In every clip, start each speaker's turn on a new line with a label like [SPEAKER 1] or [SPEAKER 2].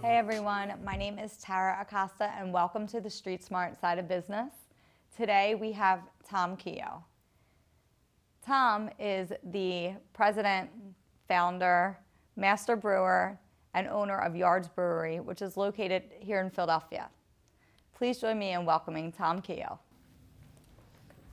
[SPEAKER 1] Hey everyone, my name is Tara Acosta and welcome to the Street Smart Side of Business. Today we have Tom Keogh. Tom is the president, founder, master brewer, and owner of Yards Brewery, which is located here in Philadelphia. Please join me in welcoming Tom Keogh.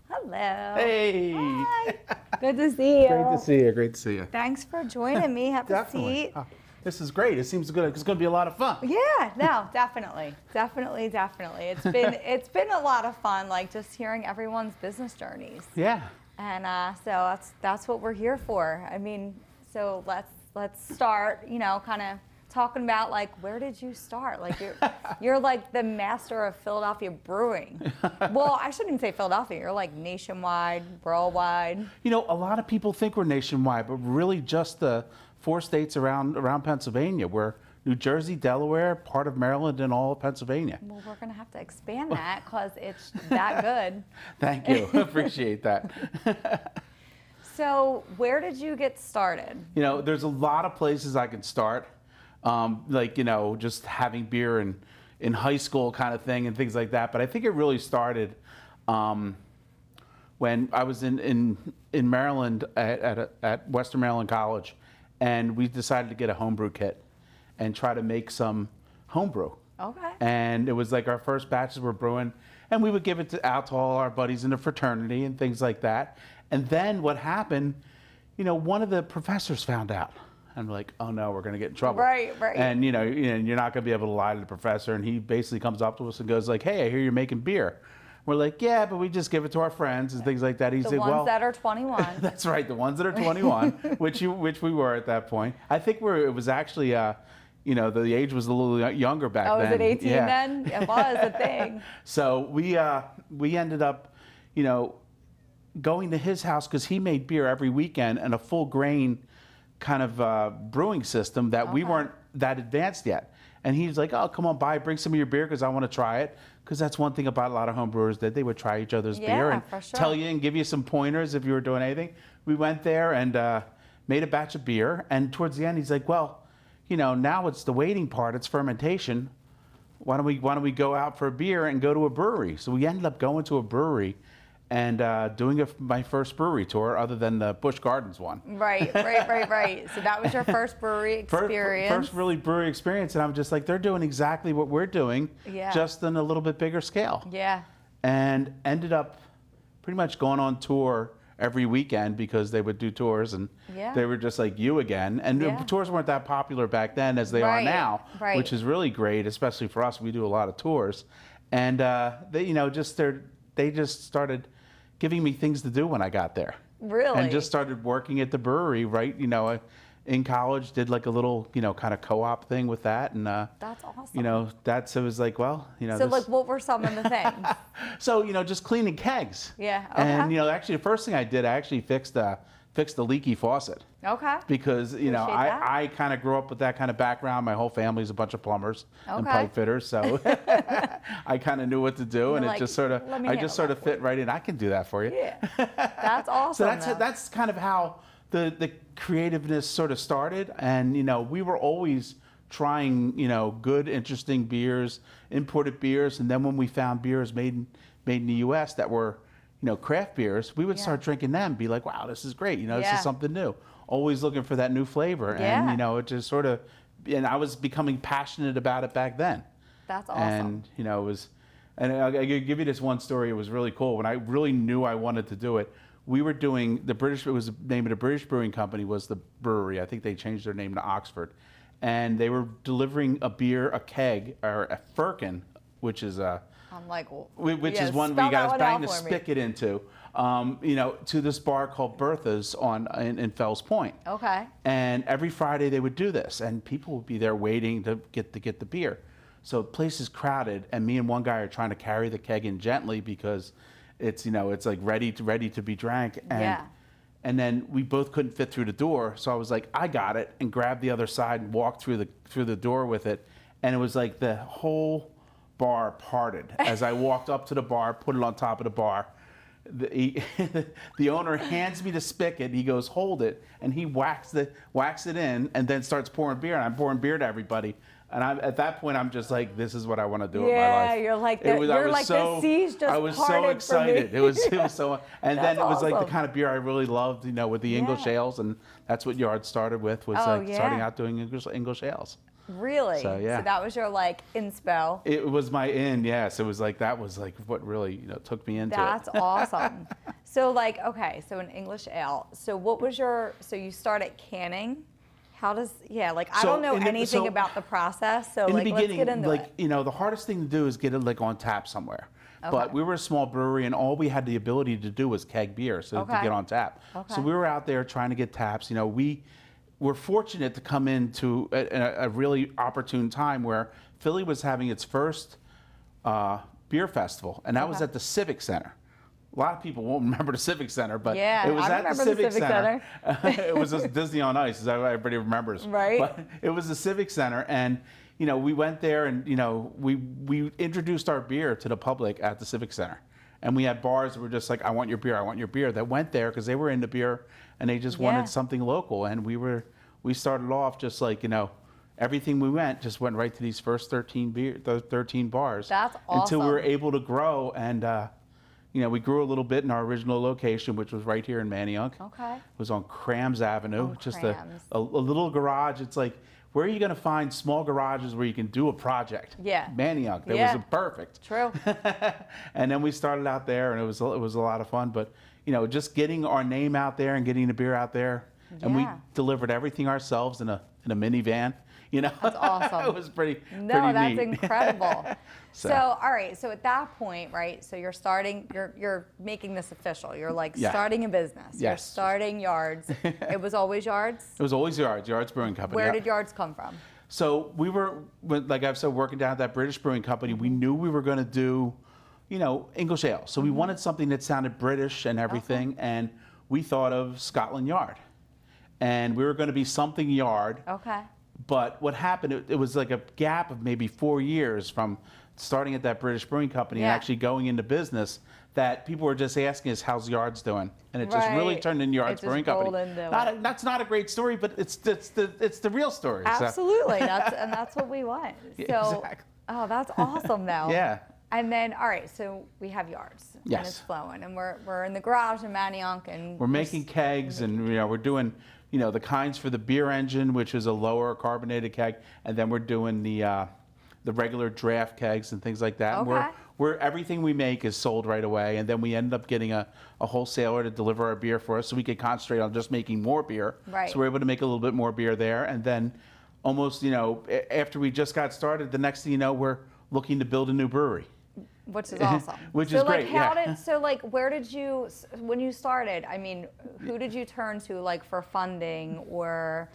[SPEAKER 1] Hello.
[SPEAKER 2] Hey!
[SPEAKER 1] Hi. Good to see you.
[SPEAKER 2] Great to see you. Great to see you.
[SPEAKER 1] Thanks for joining me. Have a seat.
[SPEAKER 2] Ah, this is great. It seems good. It's going to be a lot of fun.
[SPEAKER 1] Yeah, no, definitely, definitely, definitely. It's been it's been a lot of fun, like just hearing everyone's business journeys,
[SPEAKER 2] Yeah.
[SPEAKER 1] and uh, so that's that's what we're here for. I mean, so let's let's start, you know, kind of talking about like where did you start? Like you're you're like the master of Philadelphia brewing. Well, I shouldn't say Philadelphia. You're like nationwide, worldwide.
[SPEAKER 2] You know, a lot of people think we're nationwide, but really just the four states around around Pennsylvania. We're New Jersey, Delaware, part of Maryland, and all of Pennsylvania.
[SPEAKER 1] Well, we're gonna have to expand that because it's that good.
[SPEAKER 2] Thank you. Appreciate that.
[SPEAKER 1] So where did you get started?
[SPEAKER 2] You know, there's a lot of places I can start, um, like you know, just having beer and in high school kind of thing and things like that. But I think it really started um, when I was in in, in Maryland at at, a, at Western Maryland College, and we decided to get a homebrew kit and try to make some homebrew.
[SPEAKER 1] Okay.
[SPEAKER 2] And it was like our first batches were brewing, and we would give it to, out to all our buddies in the fraternity and things like that. And then what happened, you know, one of the professors found out. I'm like, oh no, we're gonna get in trouble.
[SPEAKER 1] Right, right.
[SPEAKER 2] And you know, you know, you're not gonna be able to lie to the professor. And he basically comes up to us and goes like, hey, I hear you're making beer. We're like, yeah, but we just give it to our friends and things like that. He
[SPEAKER 1] The
[SPEAKER 2] said,
[SPEAKER 1] ones
[SPEAKER 2] well,
[SPEAKER 1] that are 21.
[SPEAKER 2] that's right. The ones that are 21, which you, which we were at that point. I think we're. It was actually, uh, you know, the age was a little younger back
[SPEAKER 1] oh,
[SPEAKER 2] then.
[SPEAKER 1] is it 18
[SPEAKER 2] Yeah.
[SPEAKER 1] then? It was a thing.
[SPEAKER 2] So we uh, we ended up, you know, going to his house because he made beer every weekend and a full grain kind of uh, brewing system that we
[SPEAKER 1] Okay.
[SPEAKER 2] weren't that advanced yet. And he's like, "Oh, come on by, bring some of your beer because I want to try it." Because that's one thing about a lot of home brewers that they would try each other's beer
[SPEAKER 1] Yeah,
[SPEAKER 2] and
[SPEAKER 1] for sure.
[SPEAKER 2] tell you and give you some pointers if you were doing anything. We went there and uh, made a batch of beer. And towards the end, he's like, "Well, you know, now it's the waiting part. It's fermentation why don't we why don't we go out for a beer and go to a brewery? So we ended up going to a brewery and uh, doing a, my first brewery tour, other than the Busch Gardens one.
[SPEAKER 1] Right, right, right, right. So that was your first brewery
[SPEAKER 2] Fir- fir-
[SPEAKER 1] experience.
[SPEAKER 2] First, really brewery experience, and I'm just like, they're doing exactly what we're doing,
[SPEAKER 1] Yeah.
[SPEAKER 2] just on a little bit bigger scale.
[SPEAKER 1] yeah.
[SPEAKER 2] And ended up pretty much going on tour every weekend because they would do tours, and
[SPEAKER 1] Yeah.
[SPEAKER 2] they were just like you again. And the
[SPEAKER 1] Yeah.
[SPEAKER 2] tours weren't that popular back then as they
[SPEAKER 1] Right,
[SPEAKER 2] are now,
[SPEAKER 1] right.
[SPEAKER 2] which is really great, especially for us. We do a lot of tours, and uh, they, you know, just they they just started giving me things to do when I got there.
[SPEAKER 1] Really?
[SPEAKER 2] And just started working at the brewery, right? You know, I- in college, did like a little, you know, kind of co-op thing with that, and uh,
[SPEAKER 1] That's awesome.
[SPEAKER 2] You know, that's it was like, well, you know,
[SPEAKER 1] So,
[SPEAKER 2] this-
[SPEAKER 1] like, what were some of the things?
[SPEAKER 2] so you know, just cleaning kegs.
[SPEAKER 1] Yeah, okay.
[SPEAKER 2] And you know, actually, the first thing I did, I actually fixed uh, fixed the leaky faucet
[SPEAKER 1] Okay.
[SPEAKER 2] because you know
[SPEAKER 1] Appreciate that.
[SPEAKER 2] I, I kind of grew up with that kind of background. My whole family's a bunch of plumbers and
[SPEAKER 1] Okay.
[SPEAKER 2] pipe fitters, so I kind of knew what to do, and
[SPEAKER 1] You're
[SPEAKER 2] it
[SPEAKER 1] like,
[SPEAKER 2] just sort of
[SPEAKER 1] "Let me
[SPEAKER 2] I just
[SPEAKER 1] handle
[SPEAKER 2] sort
[SPEAKER 1] that
[SPEAKER 2] of
[SPEAKER 1] for
[SPEAKER 2] fit right in. I can do that for you.
[SPEAKER 1] Yeah. That's awesome.
[SPEAKER 2] So that's
[SPEAKER 1] though.
[SPEAKER 2] that's kind of how the the creativeness sort of started, and you know we were always trying you know good interesting beers, imported beers, and then when we found beers made in- made in the U.S. that were you know craft beers, we would
[SPEAKER 1] Yeah.
[SPEAKER 2] start drinking them, be like, wow, this is great, you know, this
[SPEAKER 1] Yeah.
[SPEAKER 2] is something new. Always looking for that new flavor, and
[SPEAKER 1] Yeah.
[SPEAKER 2] you know it just sort of, and I was becoming passionate about it back then.
[SPEAKER 1] That's awesome.
[SPEAKER 2] And you know, it was, and I'll, I'll give you this one story. It was really cool. When I really knew I wanted to do it, we were doing the British. It was the name of the British Brewing Company was the brewery. I think they changed their name to Oxford, and they were delivering a beer, a keg, or a firkin, which is a
[SPEAKER 1] I'm like, well,
[SPEAKER 2] Whi- which
[SPEAKER 1] yeah,
[SPEAKER 2] is one
[SPEAKER 1] spell
[SPEAKER 2] we
[SPEAKER 1] that
[SPEAKER 2] got
[SPEAKER 1] one
[SPEAKER 2] bang
[SPEAKER 1] out
[SPEAKER 2] the
[SPEAKER 1] for me.
[SPEAKER 2] spigot into, um, you know, to this bar called Bertha's on in, in Fells Point.
[SPEAKER 1] Okay.
[SPEAKER 2] And every Friday they would do this, and people would be there waiting to get to get the beer. So the place is crowded, and me and one guy are trying to carry the keg in gently because it's you know it's like ready to ready to be drank. And
[SPEAKER 1] Yeah.
[SPEAKER 2] and then we both couldn't fit through the door, so I was like, I got it, and grabbed the other side and walked through the through the door with it, and it was like the whole bar parted as I walked up to the bar, put it on top of the bar. The, he, the owner hands me the spigot. He goes, "Hold it," and he whacks the whacks it in, and then starts pouring beer. And I'm pouring beer to everybody. And I'm, at that point, I'm just like, this is what I want to do with my
[SPEAKER 1] Yeah,
[SPEAKER 2] life.
[SPEAKER 1] you're like,
[SPEAKER 2] It
[SPEAKER 1] the-
[SPEAKER 2] I
[SPEAKER 1] you're like, the seas just
[SPEAKER 2] I was
[SPEAKER 1] parted for
[SPEAKER 2] so
[SPEAKER 1] me.
[SPEAKER 2] excited. It was, it was so, and then
[SPEAKER 1] That's
[SPEAKER 2] it was like
[SPEAKER 1] awesome.
[SPEAKER 2] the kind of beer I really loved, you know, with the English
[SPEAKER 1] Yeah.
[SPEAKER 2] ales, and that's what Yard started with was
[SPEAKER 1] Oh,
[SPEAKER 2] like starting
[SPEAKER 1] yeah.
[SPEAKER 2] out doing English, English ales.
[SPEAKER 1] Really?
[SPEAKER 2] So, yeah.
[SPEAKER 1] that was your like inspo.
[SPEAKER 2] It was my in, yes. It was like that was like what really you know took me into it.
[SPEAKER 1] That's awesome. So like, okay, so an English ale. So what was your? So you start at canning. How does? Yeah, like I
[SPEAKER 2] So
[SPEAKER 1] don't know
[SPEAKER 2] in the-
[SPEAKER 1] anything
[SPEAKER 2] so
[SPEAKER 1] about the process. So
[SPEAKER 2] in
[SPEAKER 1] like,
[SPEAKER 2] the
[SPEAKER 1] let's
[SPEAKER 2] beginning,
[SPEAKER 1] get into
[SPEAKER 2] like
[SPEAKER 1] it.
[SPEAKER 2] you know, the hardest thing to do is get it like on tap somewhere.
[SPEAKER 1] Okay.
[SPEAKER 2] But we were a small brewery, and all we had the ability to do was keg beer, so
[SPEAKER 1] Okay.
[SPEAKER 2] to get on tap.
[SPEAKER 1] Okay.
[SPEAKER 2] So we were out there trying to get taps. You know, we were fortunate to come into a, a, a really opportune time where Philly was having its first uh, beer festival, and that was
[SPEAKER 1] Okay.
[SPEAKER 2] at the Civic Center. A lot of people won't remember the Civic Center, but
[SPEAKER 1] Yeah,
[SPEAKER 2] it was
[SPEAKER 1] I
[SPEAKER 2] at the
[SPEAKER 1] remember
[SPEAKER 2] Civic, Center. it was just Disney on Ice, as everybody remembers.
[SPEAKER 1] Right.
[SPEAKER 2] But it was the civic center and you know we went there and you know we we introduced our beer to the public at the civic center and we had bars that were just like i want your beer i want your beer that went there because they were into beer and they just
[SPEAKER 1] Yeah.
[SPEAKER 2] wanted something local and we were we started off just like you know everything we went just went right to these first 13 beer those 13 bars
[SPEAKER 1] That's
[SPEAKER 2] until we were
[SPEAKER 1] awesome.
[SPEAKER 2] able to grow and uh you know, we grew a little bit in our original location, which was right here in Manayunk.
[SPEAKER 1] Okay.
[SPEAKER 2] It was on Crams Avenue,
[SPEAKER 1] Oh,
[SPEAKER 2] just
[SPEAKER 1] Crams.
[SPEAKER 2] a a, a little garage. It's like, where are you going to find small garages where you can do a project?
[SPEAKER 1] Yeah.
[SPEAKER 2] Manioc. That
[SPEAKER 1] Yeah.
[SPEAKER 2] was perfect.
[SPEAKER 1] True.
[SPEAKER 2] and then we started out there, and it was a- it was a lot of fun. But you know, just getting our name out there and getting the beer out there, and we
[SPEAKER 1] Yeah.
[SPEAKER 2] delivered everything ourselves in a in a minivan. You know,
[SPEAKER 1] That's awesome.
[SPEAKER 2] it was pretty.
[SPEAKER 1] No,
[SPEAKER 2] pretty
[SPEAKER 1] that's
[SPEAKER 2] neat.
[SPEAKER 1] incredible. so.
[SPEAKER 2] So-
[SPEAKER 1] all right. So at that point, right? So you're starting. You're you're making this official. You're like
[SPEAKER 2] Yeah.
[SPEAKER 1] starting a business. You're
[SPEAKER 2] Yes.
[SPEAKER 1] starting yards. it was always yards.
[SPEAKER 2] It was always Yards, Yards Brewing Company.
[SPEAKER 1] Where
[SPEAKER 2] yeah.
[SPEAKER 1] did yards come from?
[SPEAKER 2] So we were, when- like I've said, working down at that British brewing company. We knew we were going to do, you know, English ale. So
[SPEAKER 1] Mm-hmm.
[SPEAKER 2] we wanted something that sounded British and everything. And we thought of Scotland Yard. And we were going to be something yard.
[SPEAKER 1] Okay.
[SPEAKER 2] But what happened, it, it was like a gap of maybe four years from starting at that British brewing company
[SPEAKER 1] Yeah.
[SPEAKER 2] and actually going into business that people were just asking us, how's Yards doing? And it just really
[SPEAKER 1] Right.
[SPEAKER 2] turned into
[SPEAKER 1] It
[SPEAKER 2] Yards
[SPEAKER 1] just
[SPEAKER 2] Brewing Company.
[SPEAKER 1] rolled into
[SPEAKER 2] Not a, that's not a great story, but it's, it's, the, it's the real story. So-
[SPEAKER 1] Absolutely. That's and that's what we want. So
[SPEAKER 2] Yeah, exactly.
[SPEAKER 1] oh, that's awesome though.
[SPEAKER 2] Yeah.
[SPEAKER 1] And then all right, so we have yards. And it's
[SPEAKER 2] Yes.
[SPEAKER 1] flowing. And we're we're in the garage in Manioc and
[SPEAKER 2] We're making
[SPEAKER 1] s-
[SPEAKER 2] kegs and, you know, we're doing, you know, the kinds for the beer engine, which is a lower carbonated keg, and then we're doing the, uh, the regular draft kegs and things like that. And
[SPEAKER 1] Okay.
[SPEAKER 2] We're, we're, everything we make is sold right away, and then we end up getting a, a wholesaler to deliver our beer for us, so we could concentrate on just making more beer.
[SPEAKER 1] Right.
[SPEAKER 2] So we're able to make a little bit more beer there, and then almost, you know, a- after we just got started, the next thing you know, we're looking to build a new brewery.
[SPEAKER 1] which is awesome.
[SPEAKER 2] Which
[SPEAKER 1] so
[SPEAKER 2] is
[SPEAKER 1] like
[SPEAKER 2] great,
[SPEAKER 1] how
[SPEAKER 2] yeah.
[SPEAKER 1] did so like where did you s- when you started, I mean, who did you turn to like for funding or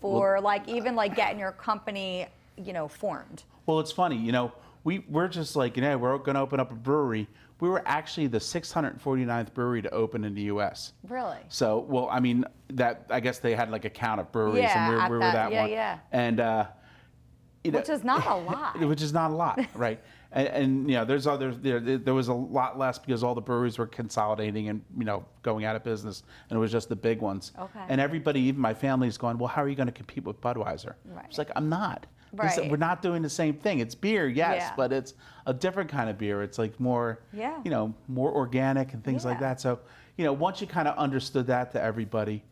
[SPEAKER 1] for like even like getting your company, you know, formed?
[SPEAKER 2] Well, it's funny, you know, we, we're just like, you know, we're going to open up a brewery. We were actually the 649th brewery to open in the U.S.
[SPEAKER 1] Really?
[SPEAKER 2] So, well, I mean, that I guess they had like a count of breweries,
[SPEAKER 1] Yeah,
[SPEAKER 2] and we,
[SPEAKER 1] at
[SPEAKER 2] we were
[SPEAKER 1] that-
[SPEAKER 2] that,
[SPEAKER 1] yeah,
[SPEAKER 2] one.
[SPEAKER 1] yeah.
[SPEAKER 2] And uh, you know,
[SPEAKER 1] Which is not a lot.
[SPEAKER 2] which is not a lot, right? And, and you know, there's other there, there was a lot less because all the breweries were consolidating and you know going out of business, and it was just the big ones.
[SPEAKER 1] Okay.
[SPEAKER 2] And everybody, even my family's going, well, how are you going to compete with Budweiser?
[SPEAKER 1] Right.
[SPEAKER 2] It's like I'm not. This-
[SPEAKER 1] Right.
[SPEAKER 2] We're not doing the same thing. It's beer, yes,
[SPEAKER 1] Yeah.
[SPEAKER 2] but it's a different kind of beer. It's like more,
[SPEAKER 1] Yeah.
[SPEAKER 2] you know, more organic and things like
[SPEAKER 1] Yeah.
[SPEAKER 2] that. So, you know, once you kind of understood that to everybody,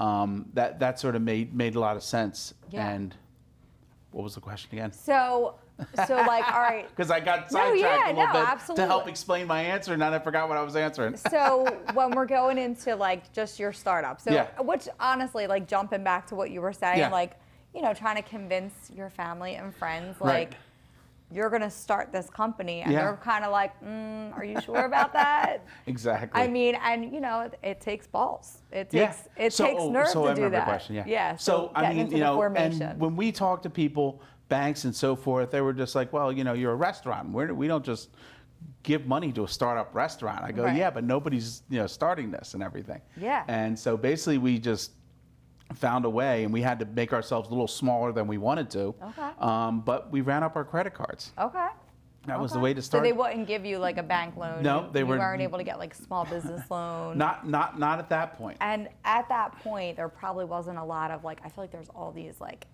[SPEAKER 2] um, that that sort of made made a lot of sense.
[SPEAKER 1] Yeah.
[SPEAKER 2] And what was the question again?
[SPEAKER 1] So so like all right,
[SPEAKER 2] Because I got
[SPEAKER 1] No,
[SPEAKER 2] sidetracked
[SPEAKER 1] yeah,
[SPEAKER 2] a little
[SPEAKER 1] no,
[SPEAKER 2] bit
[SPEAKER 1] absolutely.
[SPEAKER 2] to help explain my answer, and then I forgot what I was answering.
[SPEAKER 1] so when we're going into like just your startup so
[SPEAKER 2] Yeah.
[SPEAKER 1] which honestly like jumping back to what you were saying
[SPEAKER 2] Yeah.
[SPEAKER 1] like you know trying to convince your family and friends
[SPEAKER 2] Right.
[SPEAKER 1] like you're gonna start this company and
[SPEAKER 2] Yeah.
[SPEAKER 1] they're kind of like mm, are you sure about that
[SPEAKER 2] Exactly.
[SPEAKER 1] i mean and you know it, it takes balls it
[SPEAKER 2] Yeah.
[SPEAKER 1] takes it
[SPEAKER 2] So-
[SPEAKER 1] takes
[SPEAKER 2] oh,
[SPEAKER 1] nerve
[SPEAKER 2] so
[SPEAKER 1] to
[SPEAKER 2] I
[SPEAKER 1] do
[SPEAKER 2] remember
[SPEAKER 1] that
[SPEAKER 2] The question, yeah.
[SPEAKER 1] so,
[SPEAKER 2] So, I
[SPEAKER 1] getting
[SPEAKER 2] mean,
[SPEAKER 1] into
[SPEAKER 2] you
[SPEAKER 1] the
[SPEAKER 2] know,
[SPEAKER 1] formation
[SPEAKER 2] and when we talk to people, banks and so forth, they were just like, "Well, you know, you're a restaurant. We're, we don't just give money to a startup restaurant." I go,
[SPEAKER 1] Right.
[SPEAKER 2] "Yeah, but nobody's you know starting this and everything."
[SPEAKER 1] Yeah.
[SPEAKER 2] And so basically, we just found a way, and we had to make ourselves a little smaller than we wanted to.
[SPEAKER 1] Okay.
[SPEAKER 2] Um, but we ran up our credit cards.
[SPEAKER 1] okay
[SPEAKER 2] That was the
[SPEAKER 1] okay.
[SPEAKER 2] way to start.
[SPEAKER 1] so they wouldn't give you like a bank loan
[SPEAKER 2] No,
[SPEAKER 1] You-
[SPEAKER 2] they
[SPEAKER 1] you
[SPEAKER 2] were-
[SPEAKER 1] weren't able to get like small business loan
[SPEAKER 2] not not not at that point.
[SPEAKER 1] And at that point, there probably wasn't a lot of like, I feel like there's all these like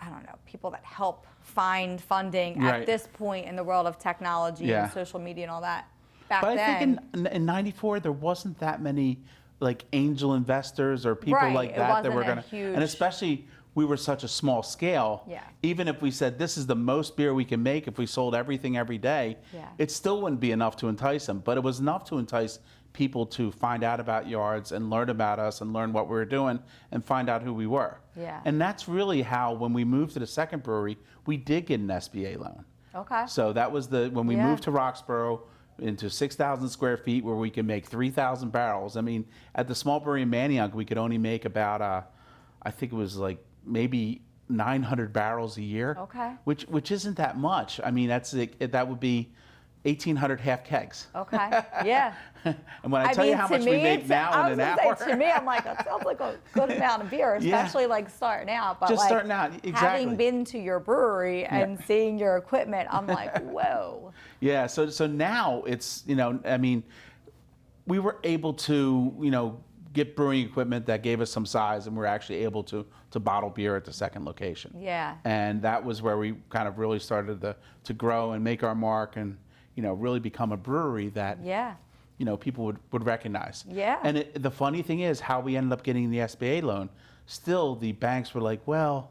[SPEAKER 1] I don't know, people that help find funding
[SPEAKER 2] Right.
[SPEAKER 1] at this point in the world of technology
[SPEAKER 2] Yeah.
[SPEAKER 1] and social media and all that. Back
[SPEAKER 2] But
[SPEAKER 1] then,
[SPEAKER 2] I think in, in '94 there wasn't that many like angel investors or people
[SPEAKER 1] Right,
[SPEAKER 2] like
[SPEAKER 1] it
[SPEAKER 2] that that
[SPEAKER 1] wasn't
[SPEAKER 2] were
[SPEAKER 1] a
[SPEAKER 2] gonna.
[SPEAKER 1] huge-
[SPEAKER 2] And especially we were such a small scale.
[SPEAKER 1] Yeah.
[SPEAKER 2] Even if we said this is the most beer we can make, if we sold everything every day,
[SPEAKER 1] Yeah.
[SPEAKER 2] it still wouldn't be enough to entice them. But it was enough to entice people to find out about yards and learn about us and learn what we were doing and find out who we were.
[SPEAKER 1] Yeah.
[SPEAKER 2] And that's really how when we moved to the second brewery, we did get an SBA loan.
[SPEAKER 1] Okay.
[SPEAKER 2] So that was the when we
[SPEAKER 1] Yeah.
[SPEAKER 2] moved to Roxborough into 6,000 square feet where we could make 3,000 barrels. I mean, at the small brewery in Manioc, we could only make about, uh, I think it was like maybe 900 barrels a year.
[SPEAKER 1] Okay.
[SPEAKER 2] Which which isn't that much. I mean, that's like, that would be 1,800 half kegs.
[SPEAKER 1] okay, yeah.
[SPEAKER 2] And when I, tell you how much we make
[SPEAKER 1] it's-
[SPEAKER 2] now
[SPEAKER 1] I
[SPEAKER 2] in
[SPEAKER 1] was
[SPEAKER 2] an
[SPEAKER 1] gonna
[SPEAKER 2] hour,
[SPEAKER 1] Say, to me, I'm like, that sounds like a good amount of beer,
[SPEAKER 2] Yeah.
[SPEAKER 1] especially like starting out. But
[SPEAKER 2] Just
[SPEAKER 1] like,
[SPEAKER 2] starting out, exactly.
[SPEAKER 1] Having been to your brewery and seeing your equipment, I'm like, whoa.
[SPEAKER 2] Yeah. So so now it's you know I mean, we were able to you know get brewing equipment that gave us some size, and we are actually able to to bottle beer at the second location.
[SPEAKER 1] Yeah.
[SPEAKER 2] And that was where we kind of really started to to grow and make our mark, and you know really become a brewery that
[SPEAKER 1] Yeah.
[SPEAKER 2] you know people would would recognize.
[SPEAKER 1] Yeah.
[SPEAKER 2] And it, the funny thing is how we ended up getting the SBA loan. Still, the banks were like, "Well,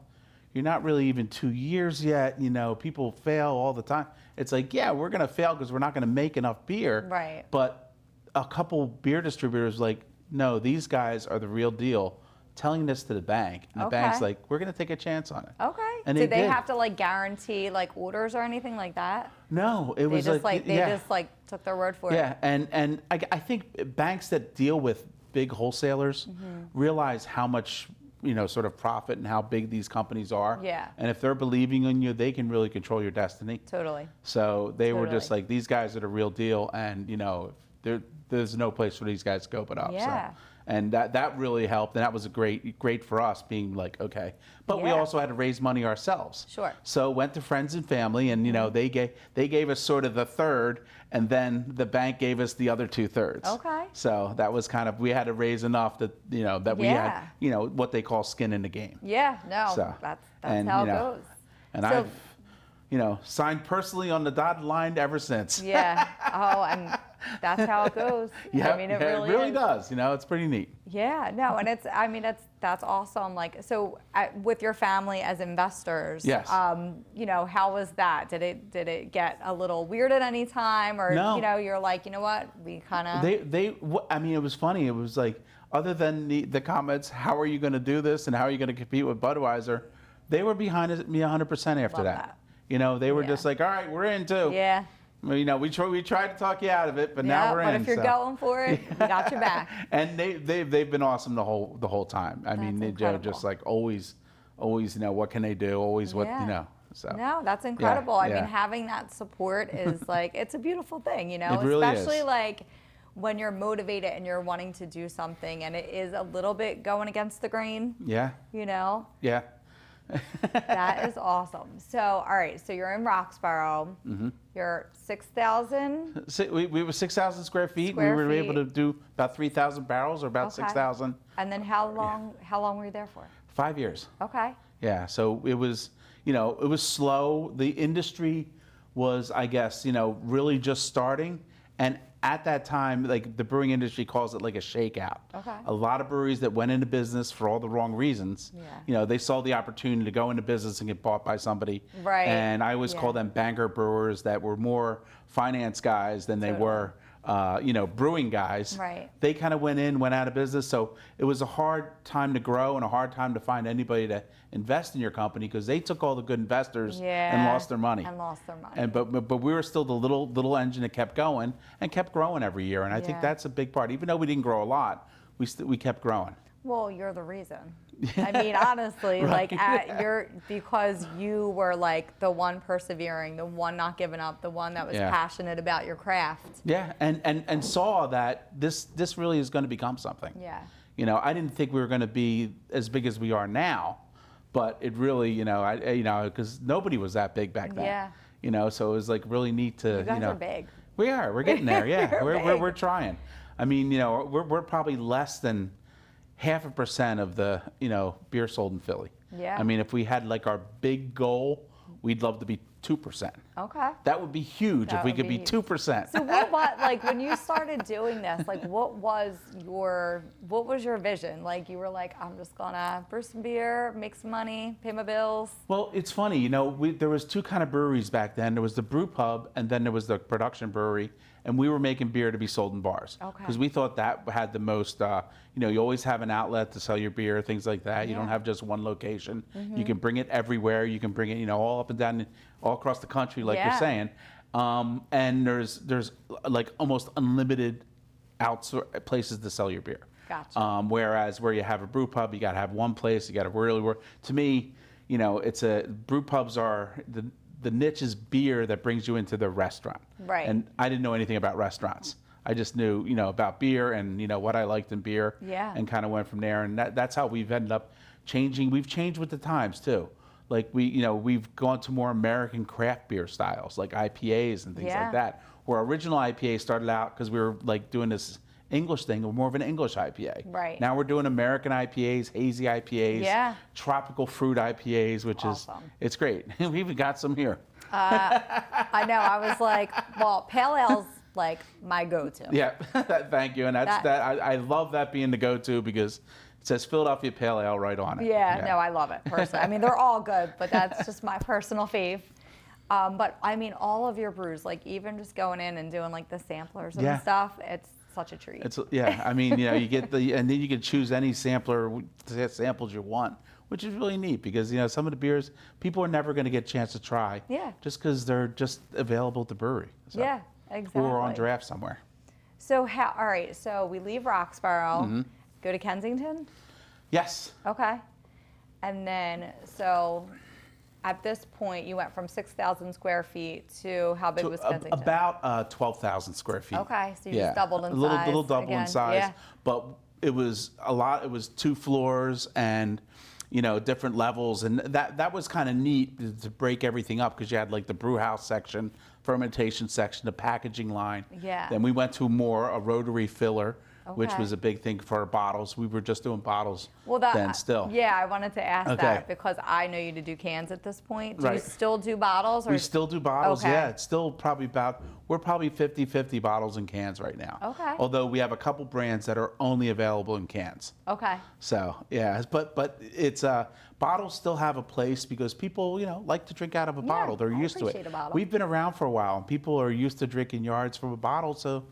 [SPEAKER 2] you're not really even two years yet. You know, people fail all the time." It's like, yeah, we're gonna fail because we're not gonna make enough beer.
[SPEAKER 1] Right.
[SPEAKER 2] But a couple beer distributors like, no, these guys are the real deal. Telling this to the bank, and the
[SPEAKER 1] Okay. Oh.
[SPEAKER 2] bank's like, "We're gonna take a chance on it."
[SPEAKER 1] Okay.
[SPEAKER 2] And
[SPEAKER 1] did they
[SPEAKER 2] did.
[SPEAKER 1] have to like guarantee like orders or anything like that?
[SPEAKER 2] No, it
[SPEAKER 1] They
[SPEAKER 2] was
[SPEAKER 1] just like, they
[SPEAKER 2] yeah.
[SPEAKER 1] just like took their word for it.
[SPEAKER 2] Yeah, and and I, I think banks that deal with big wholesalers realize how much you know sort of profit and how big these companies are.
[SPEAKER 1] Yeah.
[SPEAKER 2] And if they're believing in you, they can really control your destiny.
[SPEAKER 1] Totally.
[SPEAKER 2] So they were just
[SPEAKER 1] Totally.
[SPEAKER 2] like these guys are the real deal, and you know there there's no place for these guys to go but up.
[SPEAKER 1] Yeah.
[SPEAKER 2] So. And that, that really helped, and that was a great great for us being like okay, but we
[SPEAKER 1] Yeah.
[SPEAKER 2] also had to raise money ourselves.
[SPEAKER 1] Sure. Mm-hmm.
[SPEAKER 2] So went to friends and family, and you know they gave they gave us sort of the third, and then the bank gave us the other two thirds.
[SPEAKER 1] Okay.
[SPEAKER 2] So that was kind of we had to raise enough that you know that we
[SPEAKER 1] Yeah.
[SPEAKER 2] had you know what they call skin in the game.
[SPEAKER 1] Yeah. No.
[SPEAKER 2] So,
[SPEAKER 1] that's that's
[SPEAKER 2] and,
[SPEAKER 1] how
[SPEAKER 2] you
[SPEAKER 1] it
[SPEAKER 2] know,
[SPEAKER 1] goes.
[SPEAKER 2] And
[SPEAKER 1] So-
[SPEAKER 2] I've you know signed personally on the dotted line ever since.
[SPEAKER 1] Yeah. Oh, and that's how it goes.
[SPEAKER 2] Yeah,
[SPEAKER 1] I mean, it
[SPEAKER 2] yeah,
[SPEAKER 1] really, is.
[SPEAKER 2] does. You know, it's pretty neat.
[SPEAKER 1] Yeah, no, and it's I mean that's that's awesome. Like so, uh, with your family as investors,
[SPEAKER 2] Yes.
[SPEAKER 1] um, you know how was that? Did it did it get a little weird at any time, or
[SPEAKER 2] No.
[SPEAKER 1] you know you're like you know what we kind of
[SPEAKER 2] They, they, wh- I mean, it was funny. It was like, other than the, the comments, how are you going to do this and how are you going to compete with Budweiser? They were behind us- me 100% after
[SPEAKER 1] Love
[SPEAKER 2] that.
[SPEAKER 1] that.
[SPEAKER 2] You know, they were
[SPEAKER 1] Yeah.
[SPEAKER 2] just like, all right, we're in too.
[SPEAKER 1] yeah
[SPEAKER 2] Well, You know, we, tr- we tried to talk you out of it, but now
[SPEAKER 1] yeah.
[SPEAKER 2] we're
[SPEAKER 1] But
[SPEAKER 2] in.
[SPEAKER 1] if you're
[SPEAKER 2] so.
[SPEAKER 1] going for it, we got your back.
[SPEAKER 2] and they, they, they've been awesome the whole, the whole time. I
[SPEAKER 1] That's
[SPEAKER 2] mean, they're
[SPEAKER 1] incredible.
[SPEAKER 2] just like always, always, you know, what can they do? Always what,
[SPEAKER 1] Yeah.
[SPEAKER 2] you know. So.
[SPEAKER 1] No, that's incredible. I
[SPEAKER 2] yeah.
[SPEAKER 1] mean, having that support is like it's a beautiful thing, you know.
[SPEAKER 2] It really is.
[SPEAKER 1] Especially like when you're motivated and you're wanting to do something, and it is a little bit going against the grain,
[SPEAKER 2] Yeah.
[SPEAKER 1] you know.
[SPEAKER 2] Yeah.
[SPEAKER 1] That is awesome. So, all right, so you're in Roxborough.
[SPEAKER 2] Mm-hmm.
[SPEAKER 1] You're 6,000.
[SPEAKER 2] Si we, we were 6,000 square feet.
[SPEAKER 1] Square
[SPEAKER 2] we were able
[SPEAKER 1] feet.
[SPEAKER 2] to do about 3,000 barrels or about
[SPEAKER 1] Okay.
[SPEAKER 2] 6,000.
[SPEAKER 1] And then how long how long were you there for?
[SPEAKER 2] Five years.
[SPEAKER 1] Okay.
[SPEAKER 2] Yeah. So it was, you know, it was slow. The industry was, I guess, you know, really just starting. And at that time, like the brewing industry calls it like a shakeout.
[SPEAKER 1] Okay.
[SPEAKER 2] A lot of breweries that went into business for all the wrong reasons.
[SPEAKER 1] Yeah.
[SPEAKER 2] You know, they saw the opportunity to go into business and get bought by somebody.
[SPEAKER 1] Right.
[SPEAKER 2] And I always
[SPEAKER 1] Yeah.
[SPEAKER 2] call them banker brewers that were more finance guys than they
[SPEAKER 1] Totally.
[SPEAKER 2] were. Uh, you know, brewing guys.
[SPEAKER 1] Right.
[SPEAKER 2] They kind of went in, went out of business. So it was a hard time to grow and a hard time to find anybody to invest in your company because they took all the good investors
[SPEAKER 1] Yeah.
[SPEAKER 2] and lost their money.
[SPEAKER 1] And lost their money.
[SPEAKER 2] And but, but but we were still the little little engine that kept going and kept growing every year. And I think
[SPEAKER 1] Yeah.
[SPEAKER 2] that's a big part. Even though we didn't grow a lot, we st- we kept growing.
[SPEAKER 1] well, you're the reason. I mean, honestly, like
[SPEAKER 2] Right.
[SPEAKER 1] at your because you were like the one persevering, the one not giving up, the one that was
[SPEAKER 2] Yeah.
[SPEAKER 1] passionate about your craft.
[SPEAKER 2] Yeah. And and and saw that this this really is going to become something.
[SPEAKER 1] Yeah.
[SPEAKER 2] You know, I didn't think we were going to be as big as we are now, but it really, you know, I I- you know because nobody was that big back then.
[SPEAKER 1] Yeah.
[SPEAKER 2] You know, so it was like really neat to
[SPEAKER 1] You guys
[SPEAKER 2] you know
[SPEAKER 1] are big.
[SPEAKER 2] We are. We're getting there. Yeah,
[SPEAKER 1] You're
[SPEAKER 2] we're, we're,
[SPEAKER 1] big.
[SPEAKER 2] we're trying. I mean, you know, we're, we're probably less than half a percent of the you know beer sold in Philly.
[SPEAKER 1] Yeah.
[SPEAKER 2] I mean, if we had like our big goal, we'd love to be 2%.
[SPEAKER 1] Okay.
[SPEAKER 2] That would be huge
[SPEAKER 1] That
[SPEAKER 2] if we
[SPEAKER 1] would
[SPEAKER 2] could
[SPEAKER 1] be
[SPEAKER 2] be,
[SPEAKER 1] huge.
[SPEAKER 2] 2%.
[SPEAKER 1] So what, what like when you started doing this, like what was your what was your vision? Like you were like, I'm just gonna brew some beer, make some money, pay my bills.
[SPEAKER 2] Well, it's funny, you know, we, there was two kind of breweries back then. There was the brew pub, and then there was the production brewery, and we were making beer to be sold in bars.
[SPEAKER 1] Okay.
[SPEAKER 2] Because we thought that had the most, uh, you know, you always have an outlet to sell your beer, things like that. You don't
[SPEAKER 1] Yeah. Mm-hmm.
[SPEAKER 2] have just one location. You can bring it everywhere. You can bring it, you know, all up and down, all across the country, like
[SPEAKER 1] Yeah.
[SPEAKER 2] you're saying. Um, and there's there's like almost unlimited outsour- places to sell your beer.
[SPEAKER 1] Gotcha.
[SPEAKER 2] Um, whereas where you have a brew pub, you got to have one place. You got to really work. To me, you know, it's a brew pubs are the the niche is beer that brings you into the restaurant.
[SPEAKER 1] Right.
[SPEAKER 2] And I didn't know anything about restaurants. I just knew, you know, about beer and you know what I liked in beer.
[SPEAKER 1] Yeah.
[SPEAKER 2] And kind of went from there, and that, that's how we've ended up changing. We've changed with the times too. Like we, you know, we've gone to more American craft beer styles, like IPAs and things
[SPEAKER 1] Yeah.
[SPEAKER 2] like that. Where original IPA started out because we were like doing this English thing, more of an English IPA.
[SPEAKER 1] Right.
[SPEAKER 2] Now we're doing American IPAs, hazy IPAs,
[SPEAKER 1] Yeah.
[SPEAKER 2] tropical fruit IPAs, which
[SPEAKER 1] Awesome.
[SPEAKER 2] is it's great. we even got some here.
[SPEAKER 1] I know, I was like, well, pale ale's like my go-to.
[SPEAKER 2] Yeah, thank you. And that's
[SPEAKER 1] That-
[SPEAKER 2] that. I, I love that being the go-to because it says Philadelphia Pale Ale right on it.
[SPEAKER 1] Yeah, no, I love it personally. I mean, they're all good, but that's just my personal fave. Um, but I mean, all of your brews, like even just going in and doing like the samplers and
[SPEAKER 2] Yeah.
[SPEAKER 1] stuff, it's such a treat.
[SPEAKER 2] It's yeah. I mean, you know, you get the and then you can choose any sampler samples you want, which is really neat because you know some of the beers people are never going to get a chance to try.
[SPEAKER 1] Yeah.
[SPEAKER 2] Just because they're just available at the brewery. So,
[SPEAKER 1] yeah, exactly.
[SPEAKER 2] Or on draft somewhere.
[SPEAKER 1] So how? All right. So we leave Roxborough,
[SPEAKER 2] Mm-hmm.
[SPEAKER 1] go to Kensington.
[SPEAKER 2] Yes.
[SPEAKER 1] Okay, and then so at this point you went from six thousand square feet to how big
[SPEAKER 2] to
[SPEAKER 1] was
[SPEAKER 2] ab-
[SPEAKER 1] Kensington?
[SPEAKER 2] about uh, 12,000 square feet.
[SPEAKER 1] Okay, so you just doubled in
[SPEAKER 2] a little,
[SPEAKER 1] size
[SPEAKER 2] little double
[SPEAKER 1] again,
[SPEAKER 2] in size,
[SPEAKER 1] yeah.
[SPEAKER 2] but it was a lot. It was two floors and you know different levels, and that that was kind of neat to- to break everything up because you had like the brew house section, fermentation section, the packaging line.
[SPEAKER 1] Yeah.
[SPEAKER 2] Then we went to more a rotary filler. Which
[SPEAKER 1] Okay.
[SPEAKER 2] was a big thing for our bottles. We were just doing bottles
[SPEAKER 1] well, that
[SPEAKER 2] then still.
[SPEAKER 1] Yeah, I wanted to ask
[SPEAKER 2] Okay.
[SPEAKER 1] that because I know you to do cans at this point. Do you
[SPEAKER 2] Right.
[SPEAKER 1] still do bottles? Or
[SPEAKER 2] We still do bottles,
[SPEAKER 1] Okay.
[SPEAKER 2] yeah. It's still probably about, we're probably 50 50 bottles and cans right now.
[SPEAKER 1] Okay.
[SPEAKER 2] Although we have a couple brands that are only available in cans.
[SPEAKER 1] okay.
[SPEAKER 2] So, yeah, but but it's uh, bottles still have a place because people, you know, like to drink out of a bottle. They're
[SPEAKER 1] I
[SPEAKER 2] used to
[SPEAKER 1] appreciate
[SPEAKER 2] it.
[SPEAKER 1] a bottle.
[SPEAKER 2] We've been around for a while and people are used to drinking yards from a bottle, so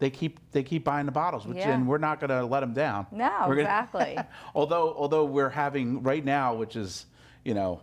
[SPEAKER 2] they keep they keep buying the bottles, which
[SPEAKER 1] Yeah.
[SPEAKER 2] and we're not going to let them down.
[SPEAKER 1] No,
[SPEAKER 2] We're gonna-
[SPEAKER 1] exactly.
[SPEAKER 2] although although we're having right now, which is you know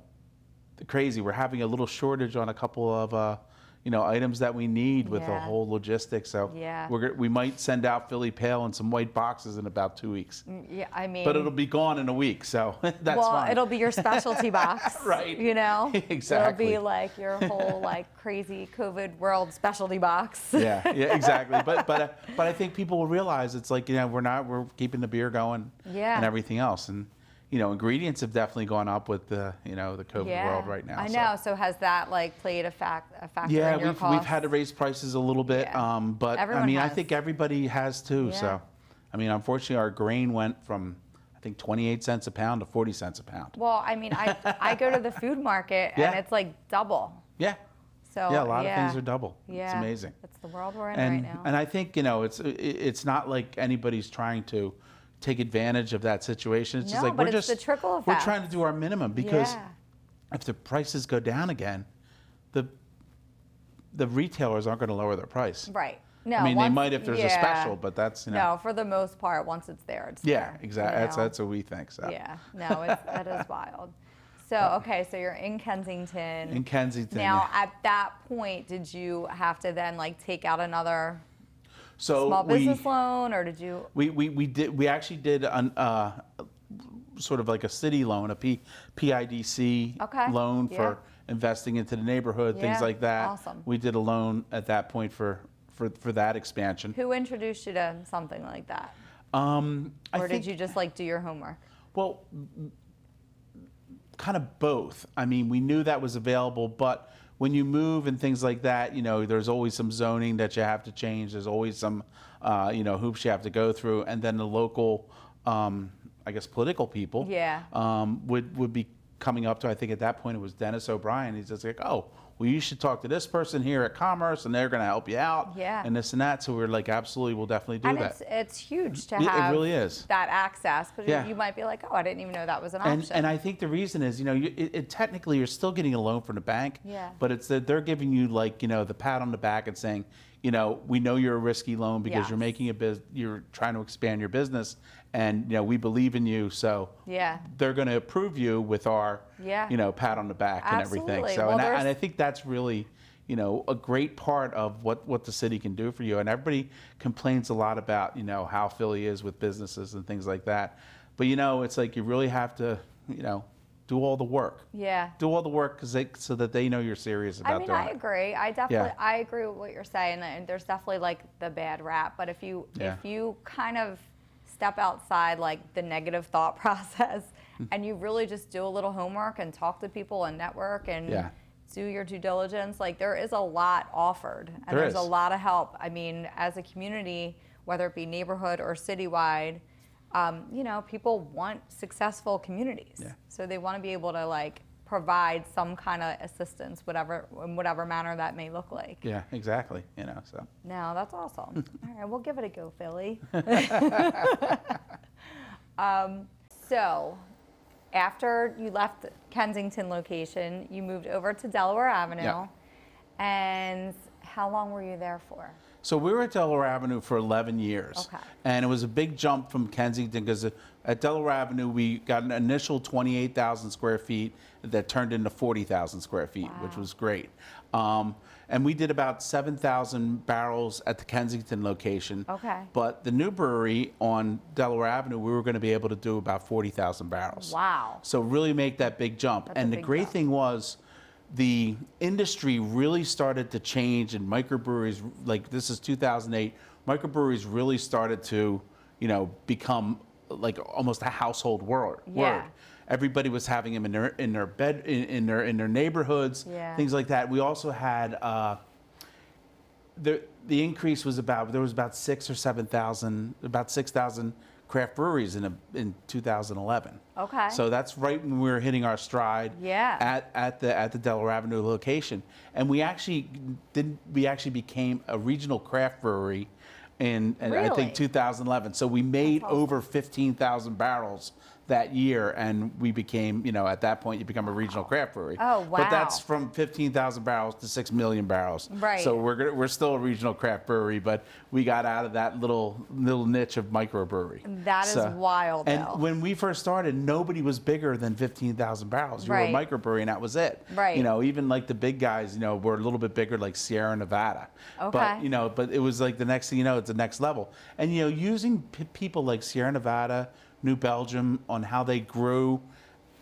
[SPEAKER 2] crazy, we're having a little shortage on a couple of uh, you know items that we need with the
[SPEAKER 1] Yeah.
[SPEAKER 2] whole logistics. So
[SPEAKER 1] Yeah.
[SPEAKER 2] we're go- we might send out Philly Pale and some white boxes in about two weeks,
[SPEAKER 1] yeah, I mean.
[SPEAKER 2] but it'll be gone in a week. So that's
[SPEAKER 1] well,
[SPEAKER 2] fine.
[SPEAKER 1] it'll be your specialty box,
[SPEAKER 2] Right.
[SPEAKER 1] You know, It'll
[SPEAKER 2] Exactly.
[SPEAKER 1] be like your whole like crazy COVID world specialty box.
[SPEAKER 2] yeah, yeah, exactly. But but uh, but I think people will realize it's like you know we're not we're keeping the beer going
[SPEAKER 1] Yeah.
[SPEAKER 2] and everything else and you know ingredients have definitely gone up with the you know the COVID world right now.
[SPEAKER 1] I
[SPEAKER 2] so.
[SPEAKER 1] know. So has that like played a fact a factor
[SPEAKER 2] Yeah,
[SPEAKER 1] in your
[SPEAKER 2] we've, we've had to
[SPEAKER 1] costs?
[SPEAKER 2] raise prices a little bit,
[SPEAKER 1] Yeah.
[SPEAKER 2] um, but I
[SPEAKER 1] Everyone
[SPEAKER 2] mean, I
[SPEAKER 1] has.
[SPEAKER 2] think everybody has too.
[SPEAKER 1] Yeah.
[SPEAKER 2] So, I mean, unfortunately, our grain went from I think 28 cents a pound to 40 cents a pound.
[SPEAKER 1] Well, I mean, I I go to the food market and
[SPEAKER 2] Yeah.
[SPEAKER 1] it's like double.
[SPEAKER 2] Yeah,
[SPEAKER 1] So
[SPEAKER 2] yeah, a lot of things are double.
[SPEAKER 1] oh, Yeah,
[SPEAKER 2] it's amazing.
[SPEAKER 1] That's the world we're in
[SPEAKER 2] and
[SPEAKER 1] right now.
[SPEAKER 2] and I think you know it's i- i- it's not like anybody's trying to take advantage of that situation. It's just
[SPEAKER 1] No,
[SPEAKER 2] like
[SPEAKER 1] but
[SPEAKER 2] we're
[SPEAKER 1] it's
[SPEAKER 2] just
[SPEAKER 1] the trickle
[SPEAKER 2] we're
[SPEAKER 1] effect.
[SPEAKER 2] trying to do our minimum because
[SPEAKER 1] Yeah.
[SPEAKER 2] if the prices go down again, the the retailers aren't going to lower their price.
[SPEAKER 1] right. No.
[SPEAKER 2] I mean, they
[SPEAKER 1] once-
[SPEAKER 2] might if there's a
[SPEAKER 1] yeah.
[SPEAKER 2] special, but that's you know.
[SPEAKER 1] No, for the most part, once it's there, it's
[SPEAKER 2] Yeah,
[SPEAKER 1] there, you
[SPEAKER 2] exactly. That's
[SPEAKER 1] know?
[SPEAKER 2] that's what we think. So
[SPEAKER 1] Yeah, no, it's, that is wild. So, okay, so you're in Kensington.
[SPEAKER 2] in Kensington.
[SPEAKER 1] Now,
[SPEAKER 2] yeah.
[SPEAKER 1] at that point, did you have to then like take out another
[SPEAKER 2] so
[SPEAKER 1] small
[SPEAKER 2] Oh, we,
[SPEAKER 1] business loan, or did you?
[SPEAKER 2] we we we did we actually did an uh, sort of like a city loan, a P, PIDC
[SPEAKER 1] Okay,
[SPEAKER 2] loan
[SPEAKER 1] yeah.
[SPEAKER 2] for investing into the neighborhood, things
[SPEAKER 1] Yeah,
[SPEAKER 2] like that.
[SPEAKER 1] awesome.
[SPEAKER 2] We did a loan at that point for for for that expansion.
[SPEAKER 1] Who introduced you to something like that,
[SPEAKER 2] Um, I
[SPEAKER 1] or
[SPEAKER 2] think
[SPEAKER 1] did you just like do your homework?
[SPEAKER 2] Well, m- kind of both. I mean, we knew that was available, but when you move and things like that, you know, there's always some zoning that you have to change. There's always some, uh, you know, hoops you have to go through, and then the local, um, I guess, political people,
[SPEAKER 1] Yeah.
[SPEAKER 2] um, would would be coming up to, I think at that point it was Dennis O'Brien. He's just like, oh, well, you should talk to this person here at Commerce, and they're going to help you out,
[SPEAKER 1] Yeah.
[SPEAKER 2] and this and that. So we were like, absolutely, we'll definitely do
[SPEAKER 1] and
[SPEAKER 2] that.
[SPEAKER 1] it's, it's huge to
[SPEAKER 2] Yeah, it
[SPEAKER 1] have
[SPEAKER 2] really is.
[SPEAKER 1] that access. But you-
[SPEAKER 2] Yeah.
[SPEAKER 1] you might be like, oh, I didn't even know that was an
[SPEAKER 2] and,
[SPEAKER 1] option.
[SPEAKER 2] and I think the reason is, you know, you, it, it, technically you're still getting a loan from the bank,
[SPEAKER 1] Yeah.
[SPEAKER 2] but it's that they're giving you like, you know, the pat on the back and saying, you know, we know you're a risky loan because
[SPEAKER 1] Yes.
[SPEAKER 2] you're making a biz, you're trying to expand your business, and you know we believe in you, so
[SPEAKER 1] Yeah.
[SPEAKER 2] they're going to approve you with our,
[SPEAKER 1] Yeah.
[SPEAKER 2] you know, pat on the back and
[SPEAKER 1] Absolutely.
[SPEAKER 2] everything. So
[SPEAKER 1] Well,
[SPEAKER 2] and, I,
[SPEAKER 1] there's-
[SPEAKER 2] and I think that's really. You know, a great part of what, what the city can do for you. And everybody complains a lot about, you know, how Philly is with businesses and things like that. But, you know, it's like you really have to, you know, do all the work.
[SPEAKER 1] yeah.
[SPEAKER 2] Do all the work cause they, so that they know you're serious about
[SPEAKER 1] I mean,
[SPEAKER 2] doing
[SPEAKER 1] I
[SPEAKER 2] it.
[SPEAKER 1] agree. I definitely, I agree with what you're saying, and there's definitely like the bad rap. But if you,
[SPEAKER 2] Yeah.
[SPEAKER 1] if you kind of step outside like the negative thought process,
[SPEAKER 2] Mm.
[SPEAKER 1] and you really just do a little homework and talk to people and network and
[SPEAKER 2] Yeah.
[SPEAKER 1] do your due diligence, like there is a lot offered, and
[SPEAKER 2] There
[SPEAKER 1] there's a
[SPEAKER 2] is.
[SPEAKER 1] lot of help. I mean, as a community, whether it be neighborhood or citywide. Um, you know, people want successful communities.
[SPEAKER 2] Yeah.
[SPEAKER 1] So they want to be able to like provide some kind of assistance, whatever in whatever manner that may look like.
[SPEAKER 2] Yeah, exactly. You know, so.
[SPEAKER 1] No, that's awesome. All right, we'll give it a go, Philly. um, so, after you left Kensington location, you moved over to Delaware Avenue,
[SPEAKER 2] Yeah.
[SPEAKER 1] and how long were you there for?
[SPEAKER 2] So we were at Delaware Avenue for 11 years.
[SPEAKER 1] Okay.
[SPEAKER 2] And it was a big jump from Kensington because at Delaware Avenue, we got an initial 28,000 square feet that turned into 40,000 square feet, which
[SPEAKER 1] Wow.
[SPEAKER 2] was great. Um, and we did about 7,000 barrels at the Kensington location.
[SPEAKER 1] Okay.
[SPEAKER 2] But the new brewery on Delaware Avenue, we were going to be able to do about 40,000 barrels.
[SPEAKER 1] Wow.
[SPEAKER 2] So really make that big jump.
[SPEAKER 1] a
[SPEAKER 2] and the
[SPEAKER 1] big
[SPEAKER 2] great
[SPEAKER 1] jump.
[SPEAKER 2] thing was the industry really started to change and microbreweries like this is 2008 microbreweries really started to you know become like almost a household wor- word
[SPEAKER 1] Yeah.
[SPEAKER 2] everybody was having them in their in their bed in, in their in their neighborhoods
[SPEAKER 1] Yeah.
[SPEAKER 2] things like that we also had uh, the the increase was about there was about six or seven thousand about six thousand craft breweries in a, in 2011.
[SPEAKER 1] Okay.
[SPEAKER 2] So that's right when we were hitting our stride.
[SPEAKER 1] Yeah.
[SPEAKER 2] At, at the at the Delaware Avenue location, and we actually did we actually became a regional craft brewery. In, in I
[SPEAKER 1] Really?
[SPEAKER 2] think 2011, so we made
[SPEAKER 1] awesome.
[SPEAKER 2] over 15,000 barrels that year, and we became, you know, at that point you become a regional craft brewery.
[SPEAKER 1] Oh,
[SPEAKER 2] But that's
[SPEAKER 1] wow.
[SPEAKER 2] from 15,000 barrels to 6 million barrels.
[SPEAKER 1] Right.
[SPEAKER 2] So we're gonna, we're still a regional craft brewery, but we got out of that little little niche of microbrewery.
[SPEAKER 1] That is wild,
[SPEAKER 2] And
[SPEAKER 1] though.
[SPEAKER 2] when we first started, nobody was bigger than 15,000 barrels. You
[SPEAKER 1] Right.
[SPEAKER 2] were a microbrewery, and that was it.
[SPEAKER 1] Right.
[SPEAKER 2] You know, even like the big guys, you know, were a little bit bigger, like Sierra Nevada.
[SPEAKER 1] Okay.
[SPEAKER 2] But you know, but it was like the next thing you know, it's the next level. And you know, using p- people like Sierra Nevada, New Belgium, on how they grew.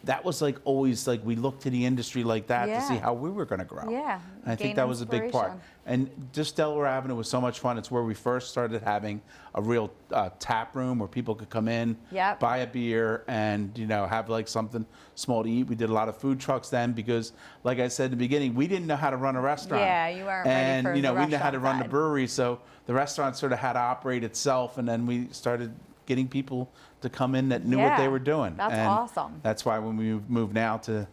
[SPEAKER 2] That was like always like we looked to the industry like that to see
[SPEAKER 1] Yeah.
[SPEAKER 2] how we were going to grow.
[SPEAKER 1] Yeah,
[SPEAKER 2] And I
[SPEAKER 1] gain
[SPEAKER 2] think that was a big part.
[SPEAKER 1] inspiration.
[SPEAKER 2] And just Delaware Avenue was so much fun. It's where we first started having a real uh, tap room where people could come in,
[SPEAKER 1] Yep.
[SPEAKER 2] buy a beer, and you know have like something small to eat. We did a lot of food trucks then because, like I said in the beginning, we didn't know how to run a restaurant.
[SPEAKER 1] Yeah, you weren't ready
[SPEAKER 2] And
[SPEAKER 1] for
[SPEAKER 2] you know
[SPEAKER 1] the
[SPEAKER 2] we didn't know how to
[SPEAKER 1] restaurant
[SPEAKER 2] run the
[SPEAKER 1] side.
[SPEAKER 2] brewery, so the restaurant sort of had to operate itself. And then we started getting people to come in that knew what
[SPEAKER 1] Yeah,
[SPEAKER 2] they were doing.
[SPEAKER 1] that's
[SPEAKER 2] And
[SPEAKER 1] awesome.
[SPEAKER 2] That's why when we move now to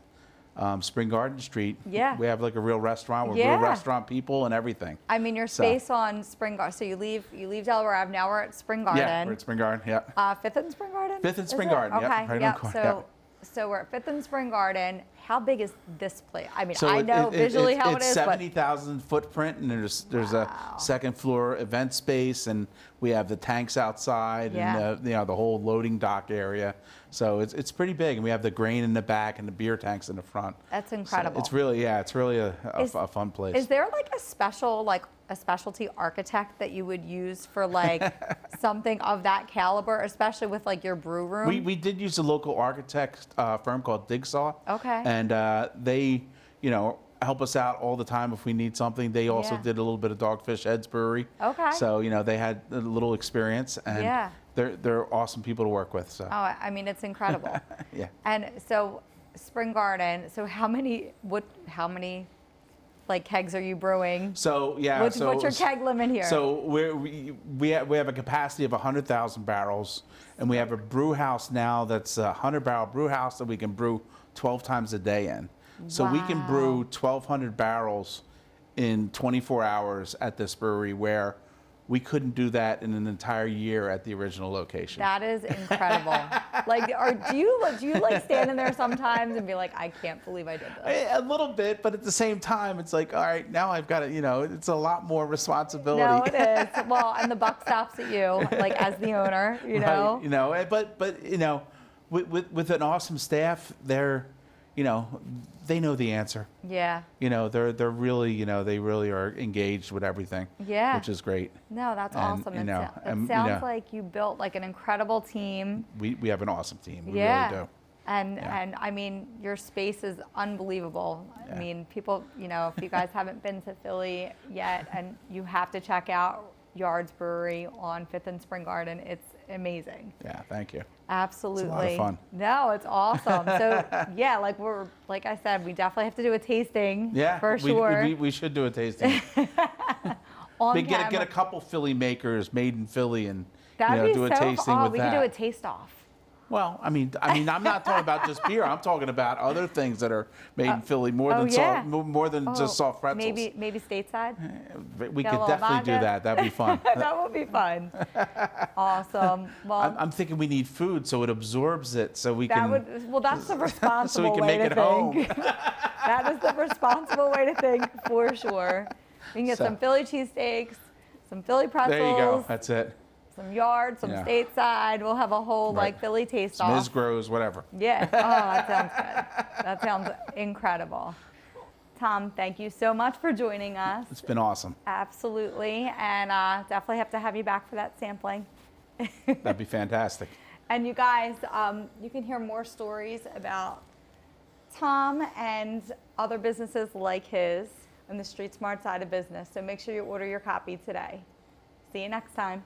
[SPEAKER 2] um, Spring Garden Street,
[SPEAKER 1] Yeah.
[SPEAKER 2] we have like a real restaurant with
[SPEAKER 1] Yeah.
[SPEAKER 2] real restaurant people and everything.
[SPEAKER 1] I mean, your
[SPEAKER 2] So-
[SPEAKER 1] space on Spring Garden. So you leave you leave Delaware Ave. Now we're at Spring Garden.
[SPEAKER 2] Yeah, we're at Spring Garden. Yeah.
[SPEAKER 1] Uh, Fifth and Spring Garden.
[SPEAKER 2] Fifth and
[SPEAKER 1] Is
[SPEAKER 2] Spring
[SPEAKER 1] it?
[SPEAKER 2] Garden,
[SPEAKER 1] Okay.
[SPEAKER 2] yep, right on
[SPEAKER 1] yep.
[SPEAKER 2] Cor-
[SPEAKER 1] so,
[SPEAKER 2] yep.
[SPEAKER 1] so we're at Fifth and Spring Garden. How big is this place? I mean,
[SPEAKER 2] So
[SPEAKER 1] I
[SPEAKER 2] it-
[SPEAKER 1] know
[SPEAKER 2] it- it-
[SPEAKER 1] visually
[SPEAKER 2] it's,
[SPEAKER 1] how
[SPEAKER 2] it's
[SPEAKER 1] it is,
[SPEAKER 2] seventy thousand footprint, and there's there's
[SPEAKER 1] Wow.
[SPEAKER 2] a second floor event space, and we have the tanks outside,
[SPEAKER 1] Yeah.
[SPEAKER 2] and the, you know the whole loading dock area. So it's it's pretty big, and we have the grain in the back and the beer tanks in the front.
[SPEAKER 1] That's
[SPEAKER 2] So
[SPEAKER 1] incredible.
[SPEAKER 2] it's really yeah, it's really a, a,
[SPEAKER 1] Is-
[SPEAKER 2] a fun place.
[SPEAKER 1] but is there like a special like a specialty architect that you would use for like something of that caliber, especially with like your brew room?
[SPEAKER 2] We, we did use a local architect uh, firm called Digsaw.
[SPEAKER 1] Okay.
[SPEAKER 2] And uh, they, you know, help us out all the time if we need something. They also
[SPEAKER 1] Yeah.
[SPEAKER 2] did a little bit of Dogfish Heads Brewery.
[SPEAKER 1] Okay.
[SPEAKER 2] So you know they had a little experience, and
[SPEAKER 1] Yeah.
[SPEAKER 2] they're they're awesome people to work with. So
[SPEAKER 1] oh, I I mean, it's incredible.
[SPEAKER 2] yeah.
[SPEAKER 1] and so, Spring Garden. So how many? What? How many? Like kegs are you brewing?
[SPEAKER 2] So yeah.
[SPEAKER 1] What's,
[SPEAKER 2] so
[SPEAKER 1] what's your keg limit here?
[SPEAKER 2] So we're, we we have, we have a capacity of 100,000 barrels, and we have a brew house now that's a 100 barrel brew house that we can brew 12 times a day in. So we can brew 1,200 barrels in 24 hours at this brewery where we couldn't do that in an entire year at the original location.
[SPEAKER 1] That is incredible. like, are do you do you like stand in there sometimes and be like, I can't believe I did this?
[SPEAKER 2] A a little bit, but at the same time, it's like, all right, now I've got to, you know, it's a lot more responsibility.
[SPEAKER 1] No, it is. Well, and the buck stops at you, like as the owner, you
[SPEAKER 2] Right,
[SPEAKER 1] know.
[SPEAKER 2] you know, eh, but but you know, with, with with an awesome staff, they're, you know, they know the answer.
[SPEAKER 1] Yeah.
[SPEAKER 2] You know, they're they're really, you know, they really are engaged with everything.
[SPEAKER 1] Yeah.
[SPEAKER 2] which is great.
[SPEAKER 1] No, that's
[SPEAKER 2] And,
[SPEAKER 1] awesome.
[SPEAKER 2] you
[SPEAKER 1] It
[SPEAKER 2] know,
[SPEAKER 1] sou- it
[SPEAKER 2] um, you
[SPEAKER 1] sounds
[SPEAKER 2] know.
[SPEAKER 1] like you built like an incredible team.
[SPEAKER 2] We we have an awesome team. We
[SPEAKER 1] yeah.
[SPEAKER 2] really do.
[SPEAKER 1] And
[SPEAKER 2] Yeah.
[SPEAKER 1] and I mean, your space is unbelievable. I
[SPEAKER 2] Yeah.
[SPEAKER 1] mean, people, you know, if you guys haven't been to Philly yet, and you have to check out Yards Brewery on Fifth and Spring Garden, it's amazing.
[SPEAKER 2] Yeah, thank you.
[SPEAKER 1] Absolutely.
[SPEAKER 2] fun.
[SPEAKER 1] No, it's awesome. So yeah, like we're like I said, we definitely have to do a tasting.
[SPEAKER 2] Yeah,
[SPEAKER 1] for
[SPEAKER 2] we,
[SPEAKER 1] sure.
[SPEAKER 2] We, we should do a tasting.
[SPEAKER 1] on
[SPEAKER 2] They get a, get
[SPEAKER 1] camera.
[SPEAKER 2] a couple Philly makers made in Philly and
[SPEAKER 1] That'd
[SPEAKER 2] you know
[SPEAKER 1] be
[SPEAKER 2] do a
[SPEAKER 1] so
[SPEAKER 2] tasting
[SPEAKER 1] oh,
[SPEAKER 2] with
[SPEAKER 1] we
[SPEAKER 2] that.
[SPEAKER 1] could do a taste off.
[SPEAKER 2] Well, I mean, I mean, I'm not talking about just beer. I'm talking about other things that are made in Philly more
[SPEAKER 1] oh,
[SPEAKER 2] than
[SPEAKER 1] yeah.
[SPEAKER 2] soft, mo- more than just
[SPEAKER 1] Oh,
[SPEAKER 2] soft pretzels.
[SPEAKER 1] Maybe maybe stateside.
[SPEAKER 2] we
[SPEAKER 1] Get a
[SPEAKER 2] could
[SPEAKER 1] little
[SPEAKER 2] definitely do
[SPEAKER 1] vodka.
[SPEAKER 2] that. That'd be fun.
[SPEAKER 1] that would be fun. awesome. Well,
[SPEAKER 2] I'm, I'm thinking we need food, so it absorbs it, so we
[SPEAKER 1] that
[SPEAKER 2] can.
[SPEAKER 1] would well that's the responsible
[SPEAKER 2] can
[SPEAKER 1] way to
[SPEAKER 2] make it home.
[SPEAKER 1] think. that is the responsible way to think for sure. We can get
[SPEAKER 2] So-
[SPEAKER 1] some Philly cheesesteaks, some Philly pretzels,
[SPEAKER 2] there you go. That's it.
[SPEAKER 1] some yard, some
[SPEAKER 2] Yeah.
[SPEAKER 1] stateside. We'll have a whole
[SPEAKER 2] Right.
[SPEAKER 1] like Philly taste
[SPEAKER 2] Some Ms.
[SPEAKER 1] off.
[SPEAKER 2] Grows, whatever.
[SPEAKER 1] Yeah. Oh, that sounds good. That sounds incredible. Tom, thank you so much for joining us.
[SPEAKER 2] It's been awesome.
[SPEAKER 1] Absolutely. And uh, definitely have to have you back for that sampling.
[SPEAKER 2] That'd be fantastic.
[SPEAKER 1] And you guys, um, you can hear more stories about Tom and other businesses like his on the Street Smart side of business. So make sure you order your copy today. See you next time.